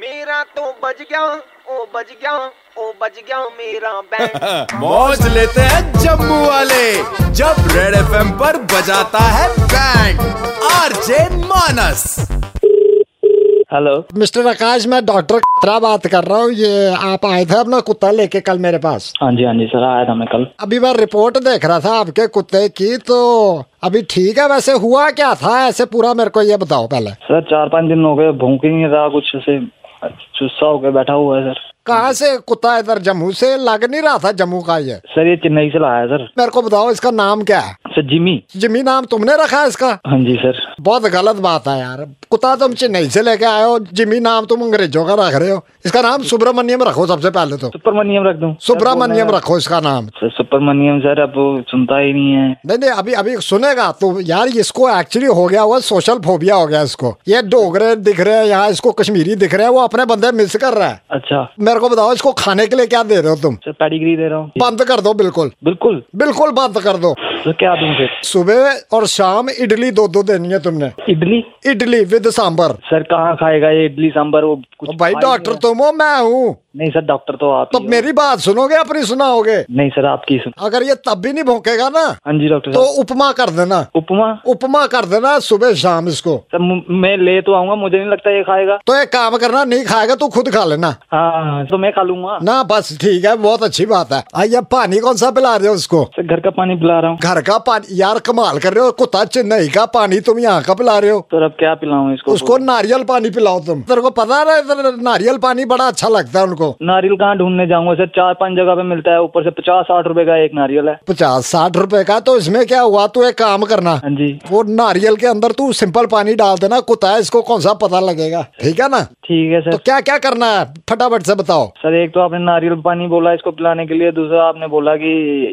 मेरा तो बज गया ओ बज गया ओ बज गया मेरा बैंड मौज लेते हैं जम्मू वाले जब रेड एफएम पर बजाता है band RJ Manas hello mister Akash मैं डॉक्टर खतरा बात कर रहा हूँ ये आप आए थे अपना कुत्ता लेके कल मेरे पास हाँ जी हाँ जी सर आया था मैं कल अभी मैं रिपोर्ट देख रहा था आपके कुत्ते की तो अभी ठीक है वैसे हुआ क्या था ऐसे पूरा मेरे को ये बताओ पहले सर चार पाँच दिन हो गए भूख ही नहीं रहा कुछ ऐसे चुस्सा होकर बैठा हुआ है सर कहाँ से कुत्ता इधर जम्मू से लग नहीं रहा था जम्मू का ये सर ये चेन्नई से लाया है सर मेरे को बताओ इसका नाम क्या है सर जिमी जिमी नाम तुमने रखा है इसका हाँ जी सर बहुत गलत बात है यार कुत्ता तुम चेन्नई से लेके आए हो जिमी नाम तुम अंग्रेजों का रख रहे हो इसका नाम सुब्रमण्यम रखो सबसे पहले तो सुपरमनियम रख दूँ सुब्रमण्यम रखो इसका नाम सर सुपरमनियम सर अब वो सुनता ही नहीं है नहीं नहीं अभी अभी सुनेगा तो यार इसको एक्चुअली हो गया हुआ सोशल फोबिया हो गया इसको ये डोगरे दिख रहे हैं यहाँ इसको कश्मीरी दिख रहे हैं वो अपने बंदे मिस कर रहा है अच्छा मेरे को बताओ इसको खाने के लिए क्या दे रहे हो तुम सर पैडिग्री दे रहा हूँ बंद कर दो बिल्कुल बिल्कुल बिल्कुल बंद कर दो सर क्या दूँ फिर सुबह और शाम इडली दो दो देनी है तुमने इडली इडली विद सांबर सर कहाँ खाएगा ये इडली सांबर वो कुछ भाई खा ही डॉक्टर नहीं तुम हो मैं हूँ है। नहीं सर डॉक्टर तो आप तो ही हो। मेरी बात सुनोगे अपनी सुनाओगे नहीं सर आपकी सुन अगर ये तब भी नहीं भोंकेगा ना हाँ जी डॉक्टर तो साहब उपमा कर देना उपमा उपमा कर देना सुबह शाम इसको सर मु- मैं ले तो आऊंगा मुझे नहीं लगता ये खाएगा तो एक काम करना नहीं खाएगा तो खुद खा लेना हाँ, हाँ तो मैं खा लूंगा ना बस ठीक है बहुत अच्छी बात है आइए पानी कौन सा पिला रहे हो उसको सर घर का पानी पिला रहा हूँ घर का पानी यार कमाल कर रहे हो कुत्ता चेन्नई का पानी तुम यहाँ का पिला रहे हो सर अब क्या पिलाऊं इसको उसको नारियल पानी पिलाओ तुम तेरे को पता है ना इधर नारियल पानी बड़ा अच्छा लगता है उनको नारियल कहाँ ढूंढने जाऊंगा सर चार पांच जगह पे मिलता है ऊपर से पचास साठ रुपए का एक नारियल है पचास साठ रुपए का तो इसमें क्या हुआ तू एक काम करना हाँ जी वो नारियल के अंदर तू सिंपल पानी डाल देना कुत्ता है इसको कौन सा पता लगेगा ठीक है ना ठीक है तो सर क्या क्या करना है फटाफट से बताओ सर एक तो आपने नारियल पानी बोला इसको पिलाने के लिए दूसरा आपने बोला कि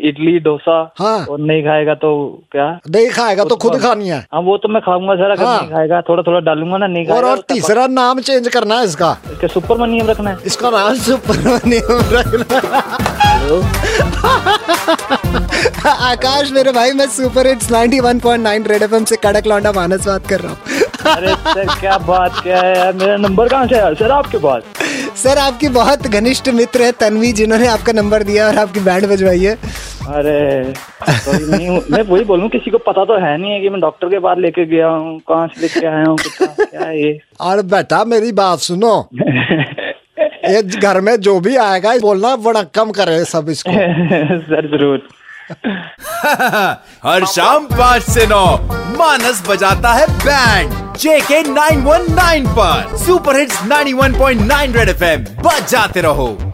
इडली डोसा हाँ। और नहीं खाएगा तो क्या नहीं खाएगा तो खुद खानी है हाँ वो तो मैं खाऊंगा सर अगर हाँ। नहीं खाएगा थोड़ा थोड़ा डालूंगा ना नहीं और खाएगा और उसका तीसरा नाम चेंज करना है इसका पा- इसका सुपर मनियम रखना है इसका नाम सुब्रमण्यम आकाश मेरे भाई मैं सुपर हिट्स 91.9 रेड एफएम से कड़क लौंडा मानस बात कर रहा हूँ अरे सर क्या बात क्या है यार मेरा नंबर कहाँ से आया सर आपके पास सर आपकी बहुत घनिष्ठ मित्र है तन्वी जिन्होंने आपका नंबर दिया और आपकी बैंड बजवाई है अरे sorry, नहीं हूँ। मैं वही बोलूँ किसी को पता तो है नहीं है कि मैं डॉक्टर के पास लेके गया हूँ कहाँ से लेके आया हूँ कितना- क्या है ये और बेटा मेरी बात सुनो ये घर में जो भी आएगा बोलना बड़ा कम करे सब इसको सर जरूर हर शाम पाँच से नौ मानस बजाता है band JK nine one nine पर super hits 91.9 one point nine Red FM बजाते रहो